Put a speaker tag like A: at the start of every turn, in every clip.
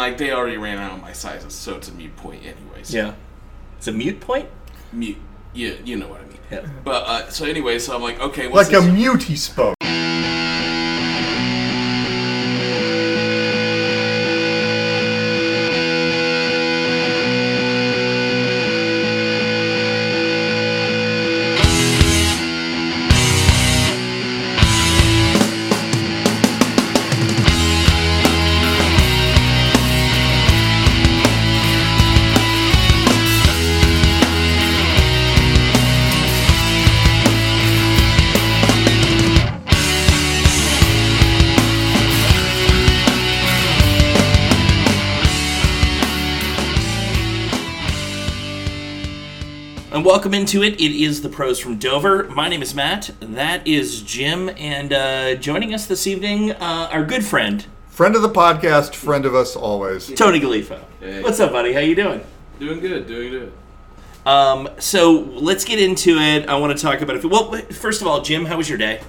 A: Like they already ran out of my sizes, so it's a mute point, anyways.
B: Yeah. It's a mute point?
A: Mute. Yeah, you know what I mean.
B: Yeah.
A: But uh, so anyway, so I'm like, okay, what's
C: Like a
A: this?
C: mute he spoke.
B: And welcome into it. It is the pros from Dover. My name is Matt. That is Jim. And uh, joining us this evening, uh, our good friend,
C: Friend of the podcast, friend of us always.
B: Tony Galifo.
A: Hey.
B: What's up, buddy? How you doing?
A: doing good, doing good.
B: Um, so let's get into it. I want to talk about it. Well, first of all, Jim, how was your day?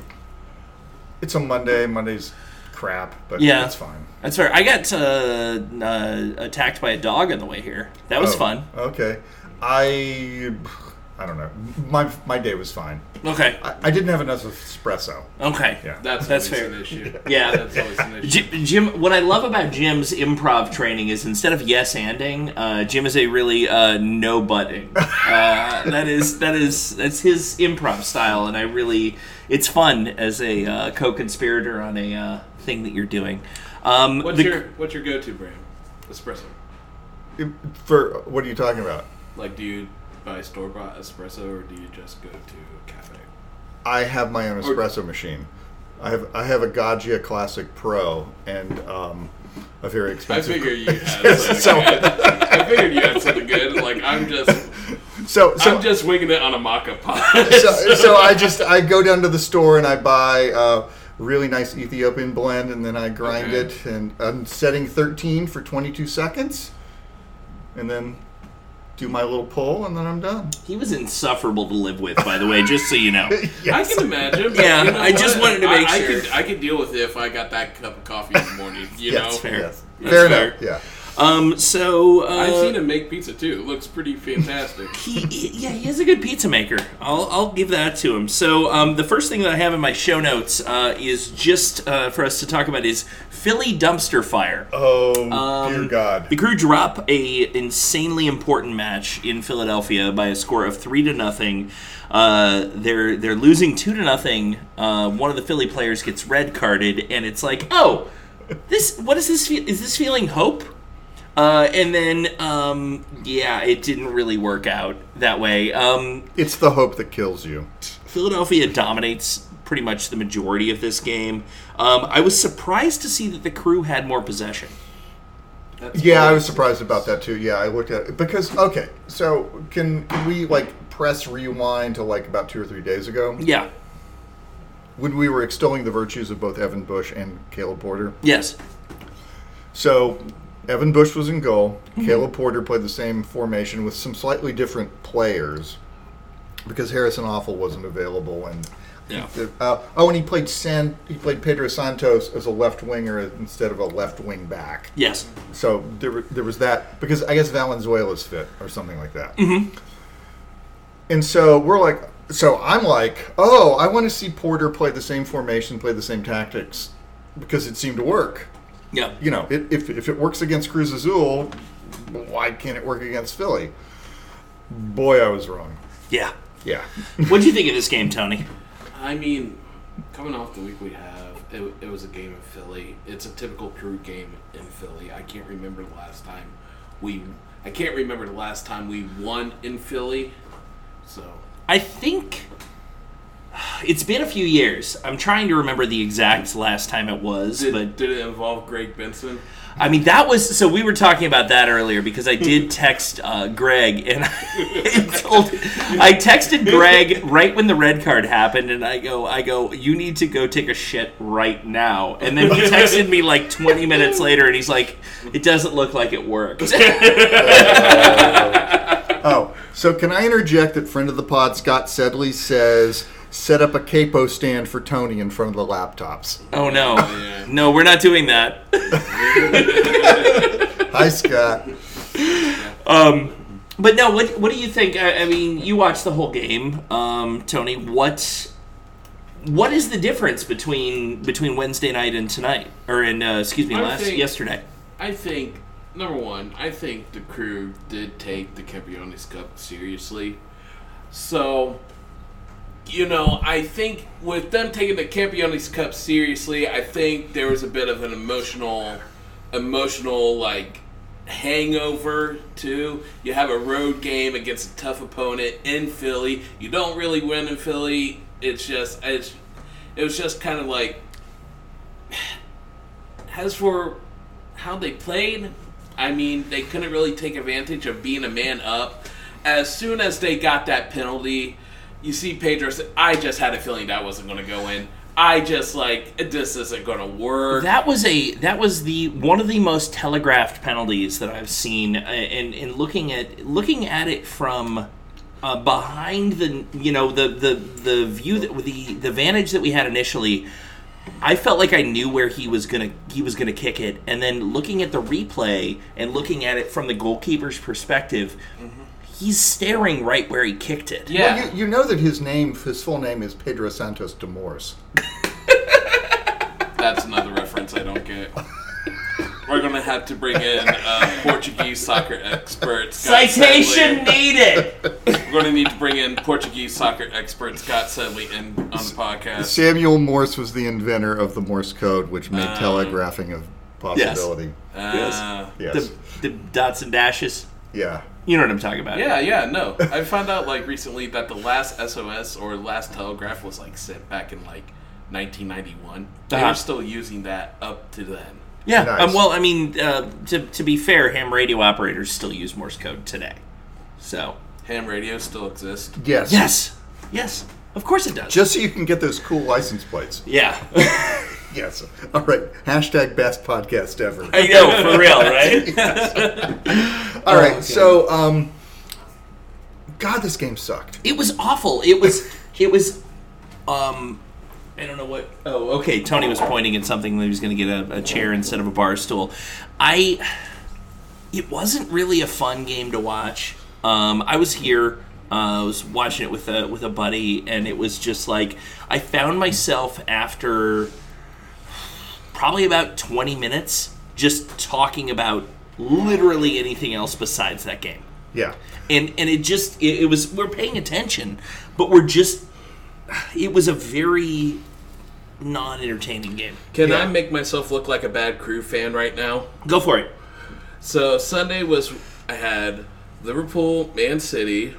C: It's a Monday. Monday's crap, but
B: Yeah.
C: it's fine.
B: That's fair. I got uh, uh, attacked by a dog on the way here. That was
C: Oh,
B: fun.
C: Okay. I I don't know. My my day was fine.
B: Okay.
C: I, I didn't have enough espresso.
B: Okay.
C: Yeah.
A: That's
B: That's
A: always
B: fair.
A: an issue.
B: Yeah.
A: that's always an issue.
B: Jim, Jim, what I love about Jim's improv training is instead of yes anding, uh, Jim is a really uh, no butting. Uh, that is that is that's his improv style, and I really it's fun as a uh, co-conspirator on a uh, thing that you're doing. Um,
A: What's
B: the-
A: your what's your go-to brand? Espresso.
C: For what are you talking about?
A: Like, do you buy store-bought espresso or do you just go to a cafe?
C: I have my own espresso machine. I have I have a Gaggia Classic Pro and um, a very
A: I
C: expensive.
A: figured you had
C: Yes,
A: something good. I figured you had something good. Like, I'm just
C: so so,
A: I'm just winging it on a maca pot.
C: so so I just I go down to the store and I buy a really nice Ethiopian blend and then I grind
A: Okay.
C: it and I'm setting 13 for 22 seconds and then do my little pull and then I'm done.
B: he was insufferable to live with, by the way, just so you know.
A: I
C: Yes.
A: can imagine. but
B: Yeah,
A: you know
B: I just
A: what?
B: wanted to make
A: I,
B: sure.
A: I could, I could deal with it if I got that cup of coffee in the morning. You
C: Yes,
A: know, Uh,
B: fair.
C: yes.
B: That's
C: Fair
B: fair.
C: enough. Yeah.
B: Um, so uh,
A: I've seen him make pizza too. It looks pretty fantastic.
B: he, he- yeah, he is a good pizza maker. I'll, I'll give that to him. So um, the first thing that I have in my show notes uh, is just uh, for us to talk about is Philly dumpster fire.
C: Oh dear
B: Um,
C: God.
B: The crew drop a insanely important match in Philadelphia by a score of three to nothing. Uh, they're they're losing two to nothing. Uh, one of the Philly players gets red carded, and it's like, oh, this what is this? Fe- is this feeling hope? Uh, and then, um, yeah, it didn't really work out that way. Um,
C: It's the hope that kills you.
B: Philadelphia dominates pretty much the majority of this game. Um, I was surprised to see that the crew had more possession.
A: That's
C: Yeah, I
A: cool.
C: was surprised about that too. Yeah, I looked at it because okay. So can can we like press rewind to like about two or three days ago
B: Yeah.
C: when we were extolling the virtues of both Evan Bush and Caleb Porter?
B: Yes.
C: So Evan Bush was in goal. Caleb Porter played the same formation with some slightly different players because Harrison Awful wasn't available and.
B: Yeah.
C: Uh, oh, and he played San. He played Pedro Santos as a left winger instead of a left wing back.
B: Yes.
C: So there, were- there was that because I guess Valenzuela's fit or something like that. And so we're like, so I'm like, oh, I want to see Porter play the same formation, play the same tactics because it seemed to work.
B: Yeah.
C: You know, it, if if it works against Cruz Azul, why can't it work against Philly? Boy, I was wrong.
B: Yeah.
C: Yeah,
B: What do you think of this game, Tony?
A: I mean, coming off the week we have, it, it was a game in Philly. It's a typical crew game in Philly. I can't remember the last time we. I can't remember the last time we won in Philly. So
B: I think it's been a few years. I'm trying to remember the exact last time it was,
A: did,
B: but
A: did it involve Greg Benson?
B: I mean, that was so we were talking about that earlier because I did text uh, Greg and I told I texted Greg right when the red card happened, and I go, I go, you need to go take a shit right now. And then he texted me like 20 minutes later, and he's like, it doesn't look like it worked.
C: Oh, so can I interject that friend of the pod Scott Sedley says set up a capo stand for Tony in front of the laptops.
B: oh no, no, we're not doing that.
C: Hi, Scott.
B: Um, but no, what what do you think? I, I mean, you watched the whole game, um, Tony. What what is the difference between between Wednesday night and tonight, or in uh, excuse me,
A: I
B: last
A: think-
B: yesterday?
A: I think number one, I think the crew did take the Campione's Cup seriously. So, you know, I think with them taking the Campione's Cup seriously, I think there was a bit of an emotional, emotional like hangover too. You have a road game against a tough opponent in Philly. You don't really win in Philly. It's just it's it was just kind of like as for how they played, I mean, they couldn't really take advantage of being a man up. As soon as they got that penalty, you see Pedro said, I just had a feeling that wasn't going to go in. I just, like, this isn't going to work.
B: That was a that was the one of the most telegraphed penalties that I've seen, uh, and and looking at looking at it from uh, behind the you know the the the view that the the vantage that we had initially. I felt like I knew where he was gonna he was gonna kick it, and then looking at the replay and looking at it from the goalkeeper's perspective, he's staring right where he kicked it.
A: yeah.
C: Well, you, you know that his name, his full name is Pedro Santos de Morse.
A: That's another reference I don't get. We're going to have to bring in uh, Portuguese soccer expert. Scott
B: Citation
A: Sedley.
B: needed.
A: We're going to need to bring in Portuguese soccer expert Scott Sedley in on the podcast.
C: Samuel Morse was the inventor of the Morse code, which made telegraphing a possibility.
A: Uh,
C: Yes.
B: The, the dots and dashes.
C: yeah.
B: You know what I'm talking about.
A: Yeah, yeah, no. I found out like recently that the last SOS or last telegraph was like sent back in like 1991. They
B: Uh-huh.
A: were still using that up to then.
B: Yeah.
C: Nice.
B: Um, well, I mean, uh, to, to be fair, ham radio operators still use Morse code today. So,
A: Ham radio still exists.
C: Yes.
B: yes. Yes. Of course it does.
C: Just so you can get those cool license plates.
B: yeah.
C: Yes. All right. Hashtag best podcast ever.
B: I know, for real, right?
C: All right. So, um, God, this game sucked.
B: it was awful. It was, it was, um, I don't know what. Oh, okay. Tony was pointing at something that he was going to get a, a chair instead of a bar stool. I, it wasn't really a fun game to watch. Um, I was here. Uh, I was watching it with a with a buddy, and it was just like I found myself after probably about twenty minutes just talking about literally anything else besides that game
C: Yeah.
B: and and it just it, it was we're paying attention but we're just it was a very non-entertaining game
A: Can
C: Yeah.
A: I make myself look like a bad crew fan right now?
B: go for it
A: So Sunday was I had Liverpool, Man City,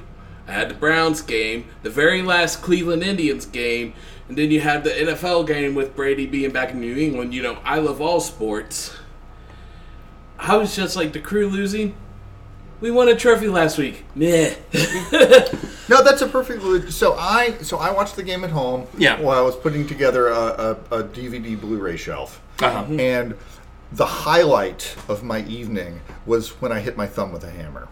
A: I had the Browns game, the very last Cleveland Indians game, and then you had the NFL game with Brady being back in New England. You know, I love all sports. I was just like the crew losing. We won a trophy last week. Meh.
C: No, that's a perfectly. So I so I watched the game at home.
B: Yeah.
C: While I was putting together a, a, a DVD Blu-ray shelf,
B: Uh-huh.
C: and the highlight of my evening was when I hit my thumb with a hammer.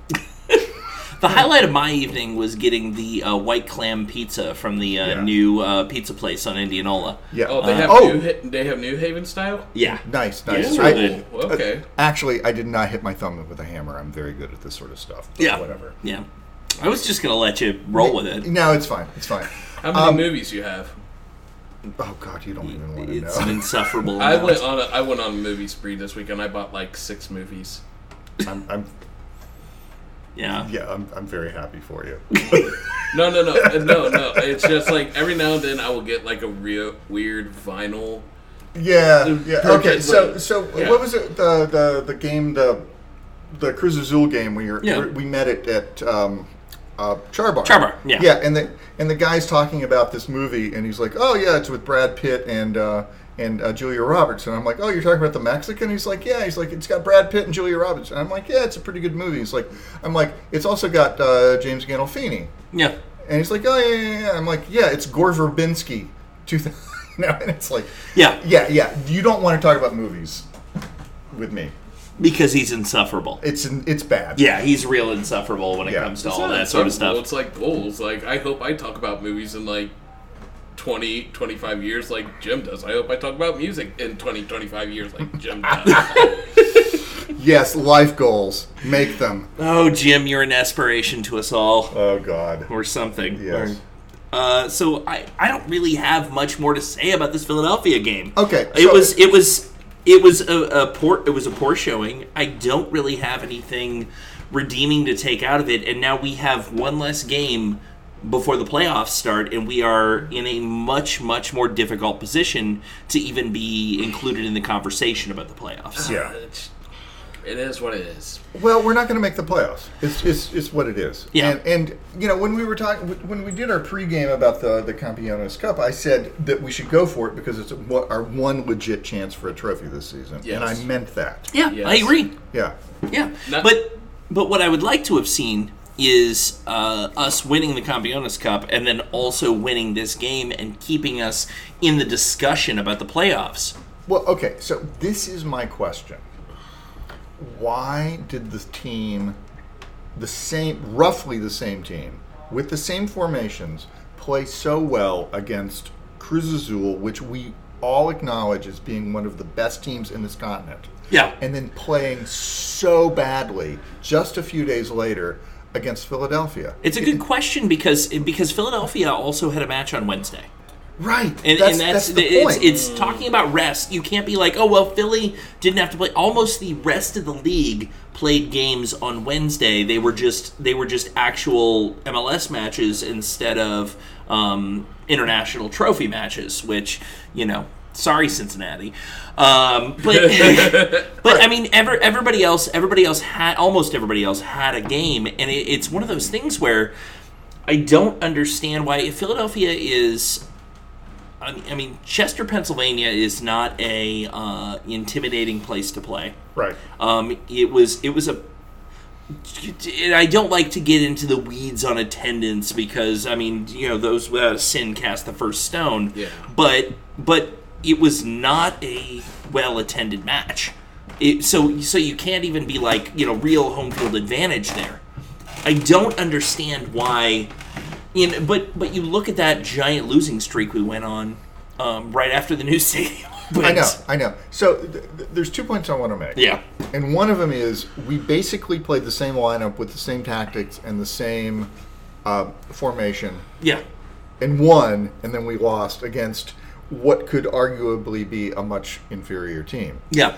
B: the highlight of my evening was getting the uh, white clam pizza from the uh,
C: Yeah.
B: new uh, pizza place on indianola
C: Yeah.
A: Oh, they have
C: oh,
A: new Ha- they have New Haven style.
B: yeah
C: nice, nice.
B: Yeah.
C: I- uh,
B: Ooh.
A: Okay.
C: actually, I did not hit my thumb with a hammer. I'm very good at this sort of stuff. but
B: Yeah.
C: Whatever.
B: yeah i was just gonna let you roll with it
C: No, it's fine. It's fine.
A: How many movies you have?
C: Oh God, you don't even want to
B: it's
C: know.
B: an insufferable
A: I
B: amount.
A: went on a, I went on a movie spree this week and I bought like six movies.
C: I'm, I'm
B: yeah
C: yeah, I'm, I'm very happy for you.
A: No, no, no, Uh, no, no. It's just like every now and then I will get like a real weird vinyl.
C: Yeah. Yeah. Okay. So
A: Perfect.
C: so
A: Yeah.
C: what was it? The the the game the the Cruz Azul game we were,
B: Yeah.
C: we met it at um, uh, Charbar.
B: Charbar, yeah.
C: Yeah, and the and the guy's talking about this movie, and he's like, "Oh yeah, it's with Brad Pitt and." Uh, and uh, Julia Roberts, and I'm like, oh, you're talking about the Mexican? He's like, yeah. He's like, it's got Brad Pitt and Julia Roberts, and I'm like, yeah, it's a pretty good movie. He's like, I'm like, it's also got uh, James Gandolfini.
B: yeah
C: And he's like, oh, yeah, yeah, yeah. I'm like, yeah, it's Gore Verbinski. 2000. No, and it's like,
B: Yeah.
C: Yeah, yeah. You don't want to talk about movies with me.
B: because he's insufferable
C: It's it's bad.
B: yeah he's real insufferable when it
C: Yeah.
B: comes to
A: It's
B: all
A: not
B: that sort of
A: acceptable.
B: stuff
A: It's like goals. Like I hope I talk about movies in like 20, 25 years, like Jim does. I hope I talk about music in 20, 25 years, like Jim does.
C: Yes, life goals. Make them.
B: Oh, Jim, you're an aspiration to us all,
C: Oh God.
B: or something.
C: Yes.
B: Uh, so I, I don't really have much more to say about this Philadelphia game.
C: Okay,
B: It
C: so-
B: was it was it was a, a poor it was a poor showing. I don't really have anything redeeming to take out of it, and now we have one less game before the playoffs start, and we are in a much much more difficult position to even be included in the conversation about the playoffs.
C: Yeah.
A: It's, it is what it is.
C: Well, we're not going to make the playoffs. It's, it's, it's what it is.
B: Yeah.
C: And, and you know when we were talking when we did our pregame about the the Campeones Cup, I said that we should go for it because it's what our one legit chance for a trophy this season, and I
A: Yes.
C: meant that.
B: Yeah, I
A: Yes.
B: agree.
C: Yeah.
B: Yeah,
A: Not-
B: but but what I would like to have seen is uh, us winning the Campeones Cup and then also winning this game and keeping us in the discussion about the playoffs.
C: Well, okay. So this is my question: Why did the team, the same, roughly the same team, with the same formations, play so well against Cruz Azul, which we all acknowledge as being one of the best teams in this continent?
B: Yeah.
C: and then playing so badly just a few days later against Philadelphia.
B: It's a good question because because Philadelphia also had a match on Wednesday.
C: right.
B: And
C: that's,
B: and that's,
C: that's the
B: it's,
C: point.
B: it's talking about rest. You can't be like, oh well, Philly didn't have to play. Almost the rest of the league played games on Wednesday. They were just they were just actual MLS matches instead of um, international trophy matches, which you know. Sorry, Cincinnati, um, but but I mean, ever, everybody else, everybody else had almost everybody else had a game, and it, it's one of those things where I don't understand why if Philadelphia is I mean- I mean, Chester, Pennsylvania is not a uh, intimidating place to play.
C: right.
B: Um, it was it was a. And I don't like to get into the weeds on attendance because I mean you know those without a sin cast the first stone.
A: Yeah.
B: But but it was not a well attended match. It, so so you can't even be like you know real home field advantage there. I don't understand why. In, but but you look at that giant losing streak we went on um, right after the new stadium.
C: I know.
B: opens.
C: I know. So th- th- there's two points I want to make.
B: Yeah.
C: And one of them is we basically played the same lineup with the same tactics and the same uh, formation
B: Yeah.
C: and won, and then we lost against what could arguably be a much inferior team.
B: Yeah.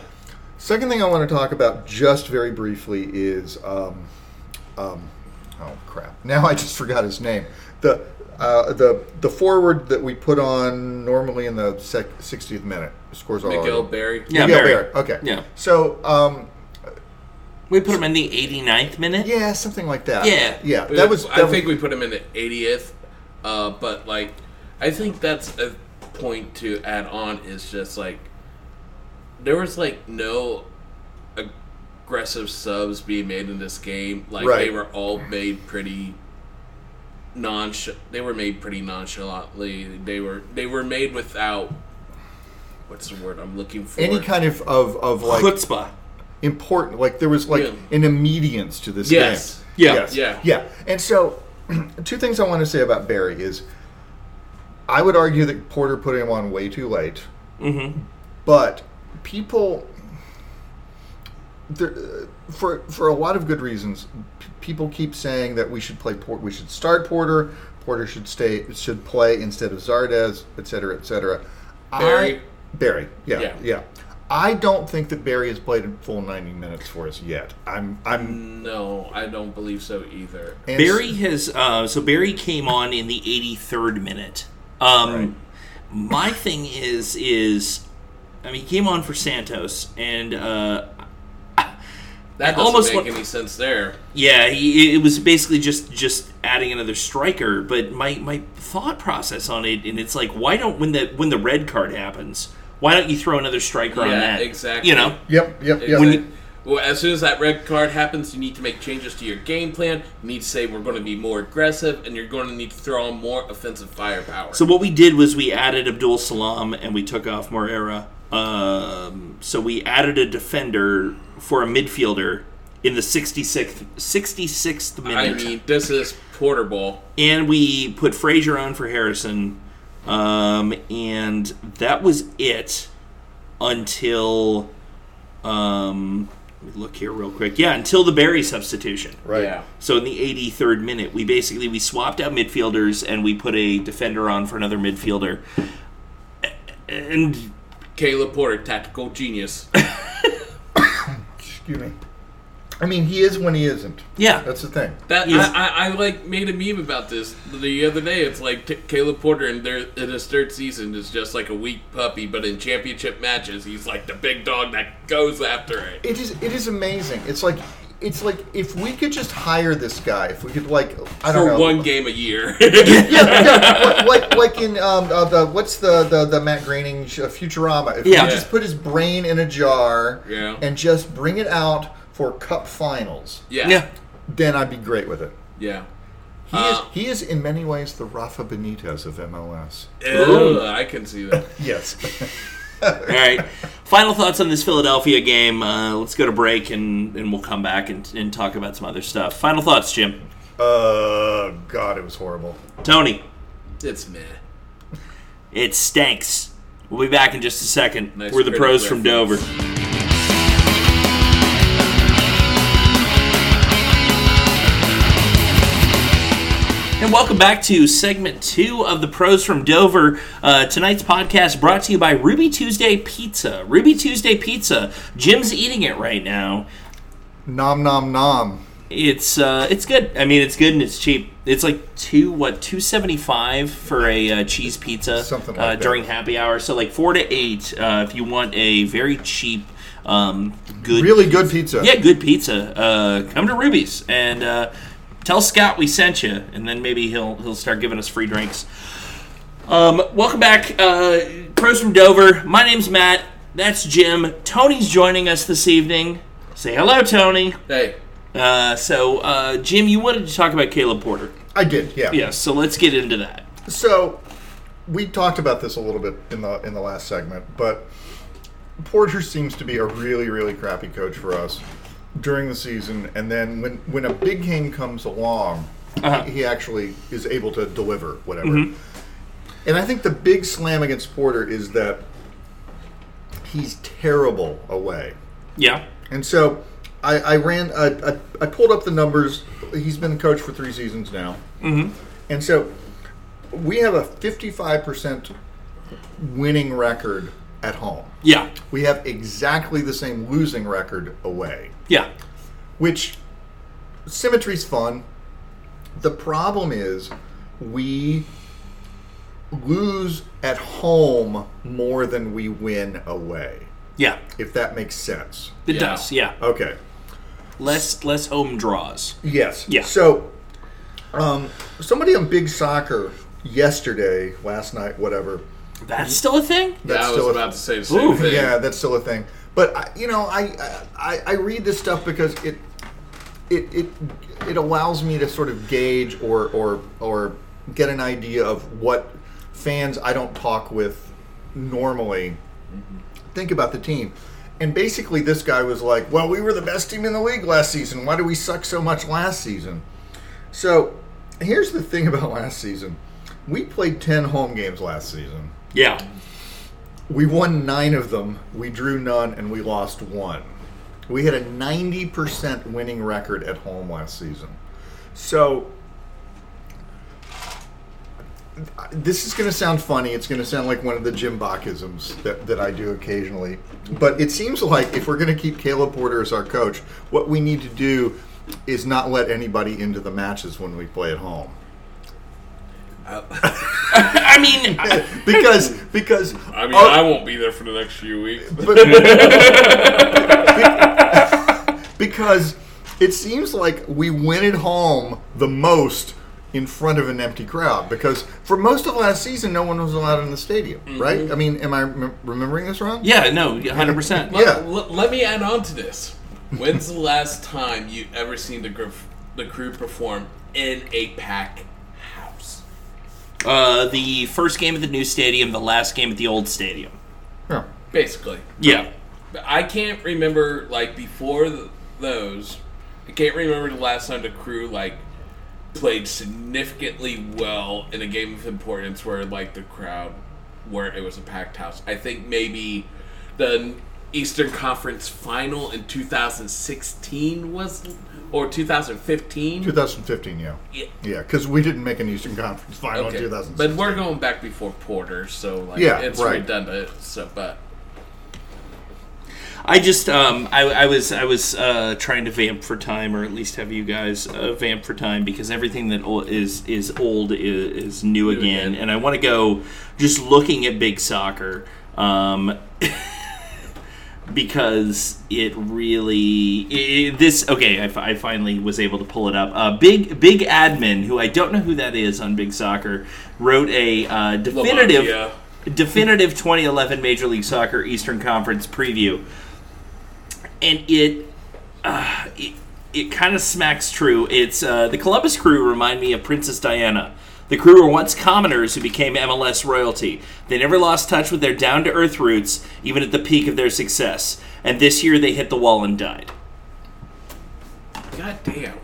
C: Second thing I want to talk about, just very briefly, is um, um, oh crap! Now I just forgot his name. The uh, the the forward that we put on normally in the sec- 60th minute scores all.
A: Miguel
C: our-
A: Barry.
B: Yeah.
C: Miguel
B: Barry.
C: Barry. Okay.
B: Yeah.
C: So um,
B: We put him in the 89th minute.
C: yeah, something like that.
B: Yeah.
C: Yeah. That was.
A: I
C: that
A: think
C: was-
A: we put him in the 80th, uh, but like, I think that's a point to add on is just like there was like no aggressive subs being made in this game. Like they
C: Right.
A: were all made pretty nonch. They were made pretty nonchalantly. They were they were made without what's the word I'm looking for?
C: any kind of of, of like
B: Chutzpah.
C: important. Like there was like
A: Yeah.
C: an immediance to this
A: Yes.
C: game.
B: Yeah.
C: Yes.
A: Yeah.
C: Yeah. And so, two things I want to say about Barry is, I would argue that Porter put him on way too late. Mm-hmm. But people, there, for for a lot of good reasons, p- people keep saying that we should play Port. We should start Porter. Porter should stay. Should play instead of Zardes, et cetera, et cetera.
A: Barry.
C: I, Barry. Yeah,
A: Yeah.
C: yeah. I don't think that Barry has played a full ninety minutes for us yet. I'm. I'm.
A: No, I don't believe so either.
C: and-
B: Barry has uh, so Barry came on in the 83rd minute. Um, My thing is is I mean he came on for Santos and uh,
A: That doesn't
B: almost
A: make
B: wa-
A: any sense there.
B: yeah he, it was basically just just adding another striker. But my my thought process on it and it's like why don't when the when the red card happens why don't you throw another striker on
A: Yeah,
B: that
A: exactly.
B: you know
C: Yep. Yep. Yep.
A: When
B: you-
A: well, as soon as that red card happens, you need to make changes to your game plan. You need to say we're going to be more aggressive, and you're going to need to throw on more offensive firepower.
B: So what we did was we added Abdul Salam and we took off Morera. Um, so we added a defender for a midfielder in the 66th 66th
A: I
B: minute,
A: mean, this is Porter Bowl.
B: and we put Frazier on for Harrison, um, and that was it until um, Let me look here real quick. Yeah, until the Barry substitution.
C: Right.
A: Yeah.
B: So in the 83rd minute, we basically we swapped out midfielders and we put a defender on for another midfielder. A- And
A: Caleb Porter, tactical genius.
C: Excuse me. I mean, he is when he isn't.
B: yeah,
C: That's the thing.
A: That
B: Yes.
A: I, I, I like made a meme about this the other day. It's like t- Caleb Porter in their in his third season is just like a weak puppy, but in championship matches he's like the big dog that goes after it.
C: It is. It is amazing. It's like. It's like if we could just hire this guy. If we could, like, I don't
A: For
C: know.
A: one game a year.
C: yeah, yeah. Like, like, like in um, uh, the what's the the, the Matt Groening sh- uh, Futurama? If
B: Yeah.
C: we just put his brain in a jar
A: Yeah.
C: and just bring it out for Cup Finals,
A: yeah.
B: yeah,
A: Yeah.
C: then I'd be great with it.
A: Yeah.
C: He,
A: Uh,
C: is, he is in many ways the Rafa Benitez of MLS.
A: Ew, I can see that.
C: Yes.
B: All right. Final thoughts on this Philadelphia game. Uh, let's go to break and, and we'll come back and, and talk about some other stuff. Final thoughts, Jim.
C: uh, God, it was horrible.
B: Tony,
A: It's meh.
B: it stinks. We'll be back in just a second.
A: Nice
B: We're the
A: critic
B: pros from Dover.
A: reference.
B: And welcome back to segment two of the Pros from Dover. Uh, tonight's podcast brought to you by Ruby Tuesday Pizza. Ruby Tuesday Pizza. Jim's eating it right now.
C: Nom nom nom.
B: It's uh, it's good. I mean, it's good and it's cheap. It's like two what two seventy five for a uh, cheese pizza
C: Something like
B: uh,
C: that.
B: during happy hour. So like four to eight uh, if you want a very cheap, um, good
C: Really good pizza.
B: yeah good pizza. Uh, come to Ruby's and uh, tell Scott we sent you, and then maybe he'll he'll start giving us free drinks. Um, welcome back, uh, pros from Dover. My name's Matt. That's Jim. Tony's joining us this evening. Say hello, Tony.
A: Hey,
B: Uh, so, uh, Jim, you wanted to talk about Caleb Porter.
C: I did. Yeah.
B: Yes, so let's get into that.
C: So we talked about this a little bit in the in the last segment, but Porter seems to be a really really crappy coach for us during the season, and then when when a big game comes along,
B: Uh-huh. Mm-hmm.
C: he actually is able to deliver whatever. And I think the big slam against Porter is that he's terrible away.
B: Yeah.
C: And so I, I ran, I, I, I pulled up the numbers. He's been coach for three seasons now. Mm-hmm. And so we have a 55% winning record at home.
B: Yeah.
C: We have exactly the same losing record away,
B: Yeah.
C: which symmetry's fun. The problem is we lose at home more than we win away,
B: Yeah.
C: if that makes sense.
B: It
A: Yeah.
B: does. Yeah.
C: Okay.
B: Less less home draws.
C: Yes.
B: Yeah.
C: So, um, somebody on Big Soccer yesterday, last night, whatever.
B: That's still a thing?
A: I was
C: a-
A: about to say the same
B: Ooh,
A: thing.
C: Yeah, that's still a thing. But I, you know, I, I I read this stuff because it it it it allows me to sort of gauge or or or get an idea of what fans I don't talk with normally think about the team. And basically, this guy was like, "Well, we were the best team in the league last season. Why do we suck so much last season?" So, here's the thing about last season: we played ten home games last season.
B: Yeah.
C: We won nine of them, we drew none, and we lost one. We had a 90% winning record at home last season. So, this is going to sound funny. It's going to sound like one of the Jim Bachisms that, that I do occasionally. But it seems like if we're going to keep Caleb Porter as our coach, what we need to do is not let anybody into the matches when we play at home.
B: I mean, I-
C: Because, because
A: I mean,
C: Oh.
A: I won't be there for the next few weeks.
C: but because it seems like we win at home the most in front of an empty crowd because for most of last season no one was allowed in the stadium right i mean am i rem- remembering this wrong
B: yeah, no, 100%.
C: Yeah.
A: L- let me add on to this. When's the last time you ever seen the group, the crew perform in a pack house?
B: Uh, the first game at the new stadium, the last game at the old stadium.
C: Yeah.
A: Basically,
B: Yeah.
A: I can't remember like before th- those. I can't remember the last time the crew like played significantly well in a game of importance where like the crowd where it was a packed house. I think maybe the Eastern Conference Final in 2016 was or 2015.
C: 2015, yeah.
A: Yeah.
C: Yeah, because we didn't make an Eastern Conference final in
A: Okay.
C: 2016.
A: But we're going back before Porter, so like
C: Yeah,
A: it's
C: right.
A: redundant. So, but
B: I just um, I, I was I was uh, trying to vamp for time, or at least have you guys uh, vamp for time, because everything that ol- is is old is, is new, again,
A: again.
B: and I want to go just looking at big soccer um, because it really i i- this okay. I, fi- I finally was able to pull it up. Uh, big big admin, who I don't know who that is on big soccer, wrote a uh, definitive
A: Lamontia.
B: definitive 2011 Major League Soccer Eastern Conference preview, and it uh, it, it kind of smacks true. It's uh, the Columbus crew remind me of Princess Diana. The crew were once commoners who became MLS royalty. They never lost touch with their down to earth roots, even at the peak of their success. And this year they hit the wall and died.
A: God damn.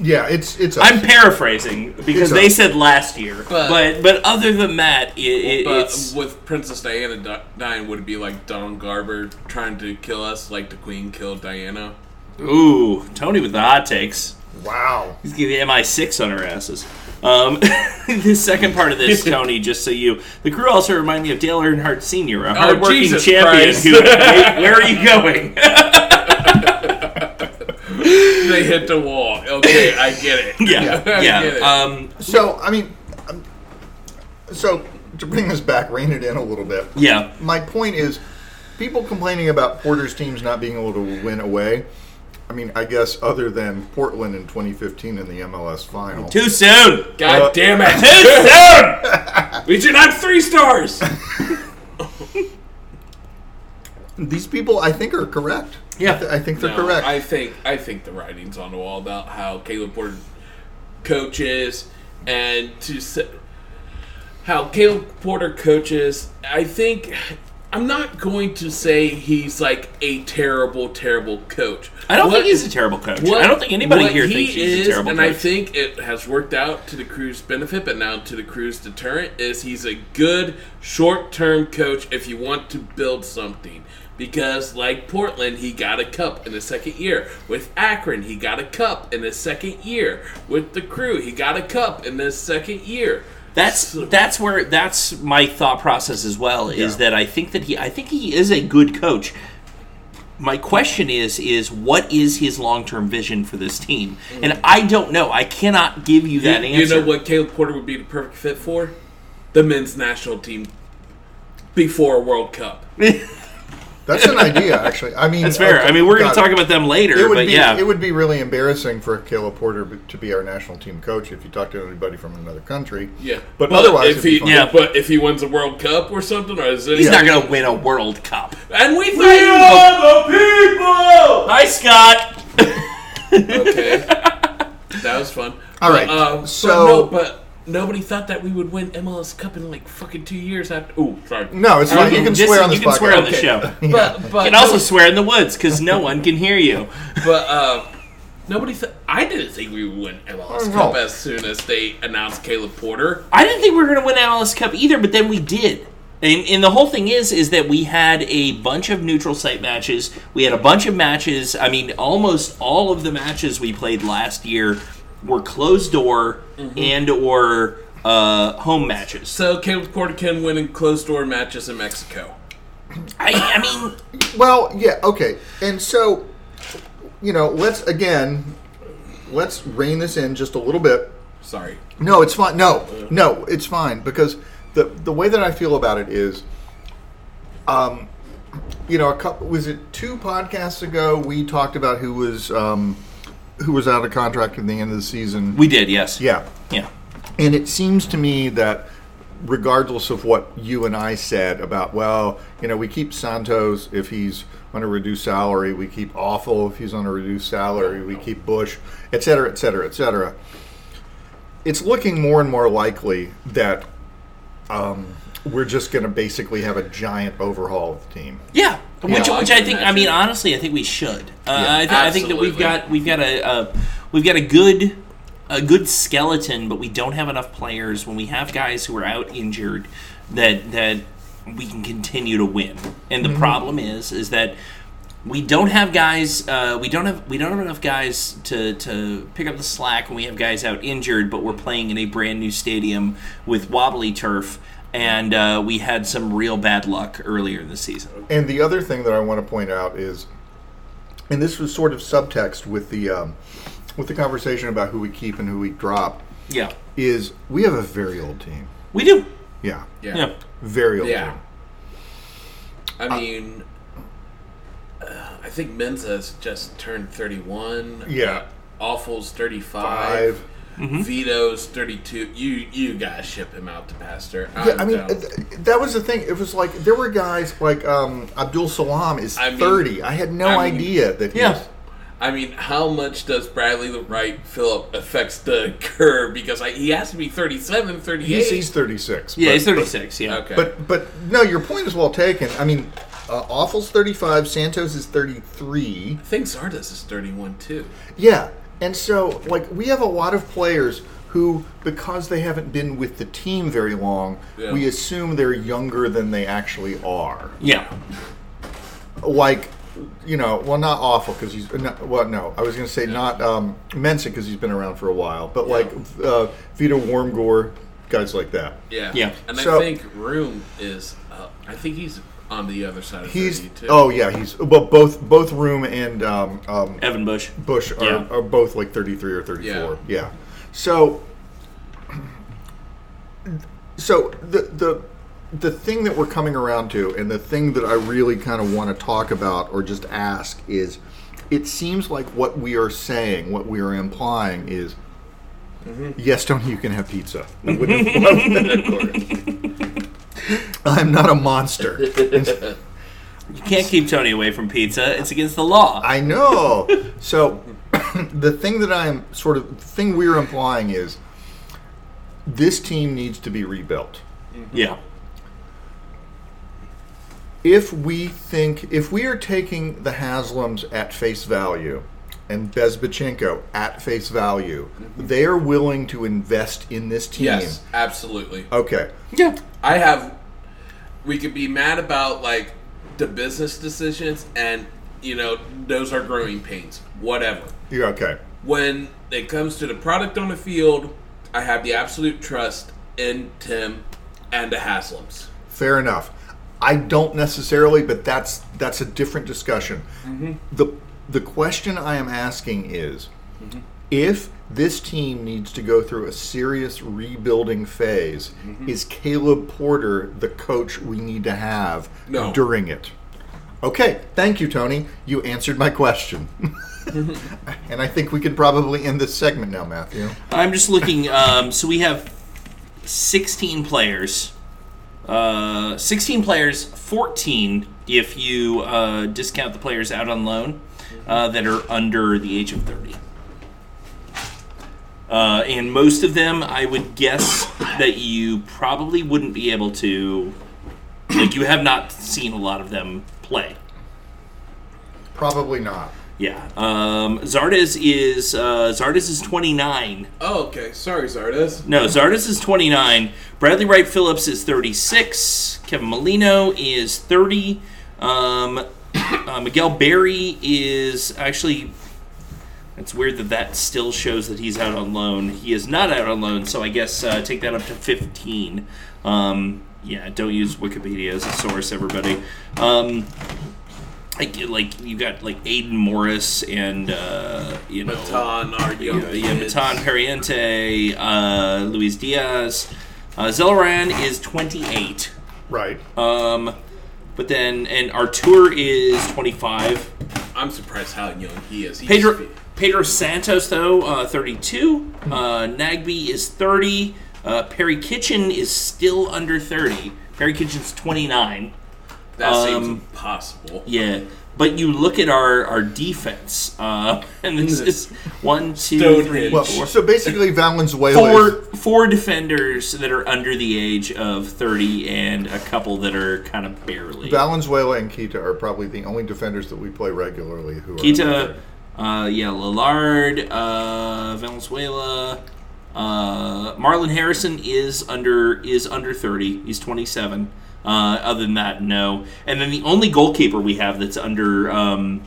C: yeah, it's it's. us.
B: I'm paraphrasing because
C: It's a-
B: they said last year,
A: But-
B: but but, other than that, it, it,
A: But
B: it's
A: with Princess Diana di- dying, would it be like Don Garber trying to kill us, like the Queen killed Diana?
B: ooh Tony with the hot takes.
C: wow.
B: He's getting MI6 on our asses. Um, the second part of this, Tony, just so you. The crew also remind me of Dale Earnhardt Sr., a hardworking
A: Oh, Jesus
B: champion
A: Christ.
B: who. Wait, where are you going?
A: They hit the wall. Okay, I get it.
B: yeah,
A: I get it.
B: yeah. Um,
C: So I mean, um, so to bring this back, rein it in a little bit.
B: yeah.
C: My point is, people complaining about Porter's teams not being able to win away. I mean, I guess other than Portland in 2015 in the MLS final.
B: Too soon!
A: God
C: Uh,
A: damn
B: Too
A: it!
B: soon!
A: we should have three stars.
C: These people, I think, are correct.
B: Yeah.
C: I, th- I think they're
A: No,
C: correct.
A: I think I think the writing's on the wall about how Caleb Porter coaches and to s- how Caleb Porter coaches. I think I'm not going to say he's like a terrible, terrible coach.
B: I don't
A: What-
B: think he's a terrible coach.
A: what-
B: I don't think anybody
A: what
B: here
A: he
B: thinks he's
A: is,
B: a terrible
A: and
B: coach.
A: I think it has worked out to the crew's benefit, but now to the crew's deterrent is he's a good short-term coach if you want to build something. Because like Portland, he got a cup in his second year. With Akron, he got a cup in his second year. With the crew, he got a cup in his second year.
B: That's that's where that's my thought process as well. Is
C: Yeah.
B: that I think that he I think he is a good coach. My question is is what is his long term vision for this team?
C: Mm.
B: And I don't know. I cannot give you that
A: you, you
B: answer.
A: know what Caleb Porter would be the perfect fit for? The men's national team before a World Cup.
C: That's an idea, actually. I mean,
B: That's fair.
C: okay,
B: I mean, we're going
C: God,
B: to talk about them later,
C: It would
B: but
C: be
B: yeah,
C: it would be really embarrassing for Caleb Porter b- to be our national team coach if you talk to anybody from another country.
A: Yeah,
C: but, otherwise,
A: if
C: it'd be
A: he
C: fine.
B: Yeah.
A: but if he wins a World Cup or something, or is it?
B: he's not going to win a World Cup.
A: And we thought
B: Oh, hi Scott.
A: okay, that was fun.
C: All right,
A: Um,
C: so-
A: so no, but nobody thought that we would win MLS Cup in like fucking two years after. Oh, sorry.
C: no, it's fine. You
B: can-
C: can
B: just-
C: swear on
B: you
C: this
B: can swear
C: podcast.
B: on the
C: Okay.
B: show.
C: Yeah.
A: But but
B: And also swear in the woods because no one can hear you.
A: but uh, nobody. Th- I didn't think we would win MLS
C: No.
A: Cup as soon as they announced Caleb Porter.
B: I didn't think we were going to win MLS Cup either, but then we did. And, and the whole thing is, is that we had a bunch of neutral site matches. We had a bunch of matches. I mean, almost all of the matches we played last year were closed door and or uh, home matches.
A: So Caleb Porter can win in closed door matches in Mexico.
B: I, I mean,
C: Well, yeah, okay. And so, you know, let's again, let's rein this in just a little bit.
A: Sorry.
C: No, it's fine. No, no, it's fine because the the way that I feel about it is, um, you know, a couple was it two podcasts ago we talked about who was um, who was out of contract at the end of the season.
B: we did, yes.
C: yeah,
B: Yeah.
C: and it seems to me that regardless of what you and I said about, well, you know, we keep Santos if he's on a reduced salary, we keep Awful if he's on a reduced salary, we keep Bush, et cetera, et cetera, et cetera. It's looking more and more likely that um, we're just going to basically have a giant overhaul of the team.
B: Yeah, which,
A: Yeah, I
B: which
A: can
B: I think. I mean,
A: imagine.
B: honestly, I think we should. Uh, I, th- I think that we've
A: absolutely.
B: got we've got a uh, we've got a good a good skeleton, but we don't have enough players. When we have guys who are out injured, that that we can continue to win. And the
A: Mm-hmm.
B: problem is, is that we don't have guys. Uh, we don't have we don't have enough guys to to pick up the slack when we have guys out injured. But we're playing in a brand new stadium with wobbly turf, and uh, we had some real bad luck earlier in the season.
C: And the other thing that I want to point out is, and this was sort of subtext with the um, with the conversation about who we keep and who we drop,
B: Yeah,
C: is we have a very old team.
B: we do.
C: Yeah,
A: Yeah.
B: Yeah,
C: very old.
A: Yeah.
C: team.
A: I mean, uh, I think Menza's just turned 31.
C: yeah.
A: Awful's 35.
C: Five.
A: Vito's 32. You you guys ship him out to pastor.
C: Yeah, I mean,
A: down.
C: th- that was the thing. It was like there were guys like um, Abdul Salam is
A: I mean-
C: thirty. I had no
A: I mean-
C: idea that he
B: Yeah.
C: was-
A: I mean, how much does Bradley the right Phillip affects the curve? Because I, he has to be 37, 38.
C: he's, he's thirty six.
B: yeah. He's thirty six. Yeah.
A: okay.
C: But but no, your point is well taken. I mean, uh, Awful's thirty five, Santos is thirty three.
A: I think Zardes is 31 too.
C: Yeah, and so like we have a lot of players who, because they haven't been with the team very long,
A: Yeah.
C: we assume they're younger than they actually are.
B: Yeah.
C: Like. You know, well, not awful because he's not, well. No, I was going to say not um, Mensa because he's been around for a while, but like uh, Vito Warmgore, guys like that.
A: Yeah.
B: Yeah.
A: And I
C: So-
A: think Room is, uh, I think he's on the other side of
C: He's
A: 32.
C: oh yeah, he's well both both Room and um, um,
B: Evan Bush.
C: Bush are,
B: Yeah.
C: are both like 33 or 34.
A: Yeah.
C: Yeah. So so the the the thing that we're coming around to and the thing that I really kind of want to talk about or just ask is it seems like what we are saying, what we are implying is yes, Tony, you can have pizza. I wouldn't have loved that, of course. I'm not a monster.
B: You can't keep Tony away from pizza. It's against the law.
C: I know. so the thing that I'm sort of the thing we're implying is this team needs to be rebuilt.
B: yeah.
C: If we think if we are taking the Haslams at face value and Bezbachenko at face value, they are willing to invest in this team.
A: yes, absolutely.
C: Okay.
B: Yeah.
A: I have. We could be mad about like the business decisions, and you know those are growing pains. Whatever.
C: You're okay.
A: When it comes to the product on the field, I have the absolute trust in Tim and the Haslams.
C: Fair enough. I don't necessarily, but that's that's a different discussion. the The question I am asking is, if this team needs to go through a serious rebuilding phase, is Caleb Porter the coach we need to have
A: No.
C: during it? Okay, thank you, Tony. You answered my question, and I think we can probably end this segment now, Matthew.
B: I'm just looking. Um, so we have 16 players. Uh, 16 players, 14 if you uh, discount the players out on loan uh, that are under the age of 30. Uh, and most of them, I would guess that you probably wouldn't be able to. Like, you have not seen a lot of them play.
C: Probably not.
B: Yeah. Um, Zardes is uh, Zardes is 29.
A: Oh, okay. Sorry, Zardes.
B: No, Zardes is 29. Bradley Wright Phillips is 36. Kevin Molino is 30. Um, uh, Miguel Barry is actually. It's weird that that still shows that he's out on loan. He is not out on loan, so I guess uh, take that up to 15. Um, yeah, don't use Wikipedia as a source, everybody. Um, like, like you got like Aiden Morris and uh, you know
A: Baton, our young
B: yeah, yeah,
A: kids.
B: Matan Pariente, uh, Luis Diaz. Uh, Zelleran is 28.
C: Right.
B: Um, but then, and Artur is 25.
A: I'm surprised how young he is. He's
B: Pedro, Pedro Santos, though, uh, 32. Uh, Nagby is 30. Uh, Perry Kitchen is still under 30. Perry Kitchen's 29.
A: that seems
B: um,
A: impossible.
B: Yeah. But you look at our, our defense, uh, and this is one, two,
A: Stonehenge.
B: three,
C: Well,
B: four,
C: so basically, Valenzuela. is-
B: four four defenders that are under the age of 30 and a couple that are kind of barely
C: Valenzuela and Keita are probably the only defenders that we play regularly who are
B: Kita, uh, yeah, Lillard, uh, Valenzuela, Uh, Marlon Harrison is under is under thirty. He's twenty seven. Uh, other than that, no. And then the only goalkeeper we have that's under um,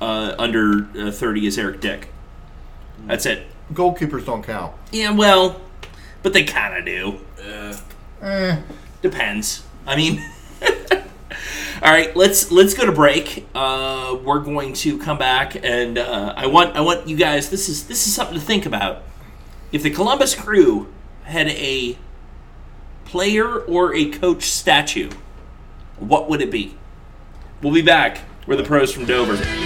B: uh, under uh, thirty is Eric Dick. That's it.
C: Goalkeepers don't count.
B: Yeah, well, but they kind of do.
A: Uh,
C: Eh.
B: Depends. I mean, all right. Let's let's go to break. Uh, we're going to come back, and uh, I want I want you guys. This is this is something to think about. If the Columbus Crew had a player or a coach statue, what would it be? We'll be back. We're the pros from Dover.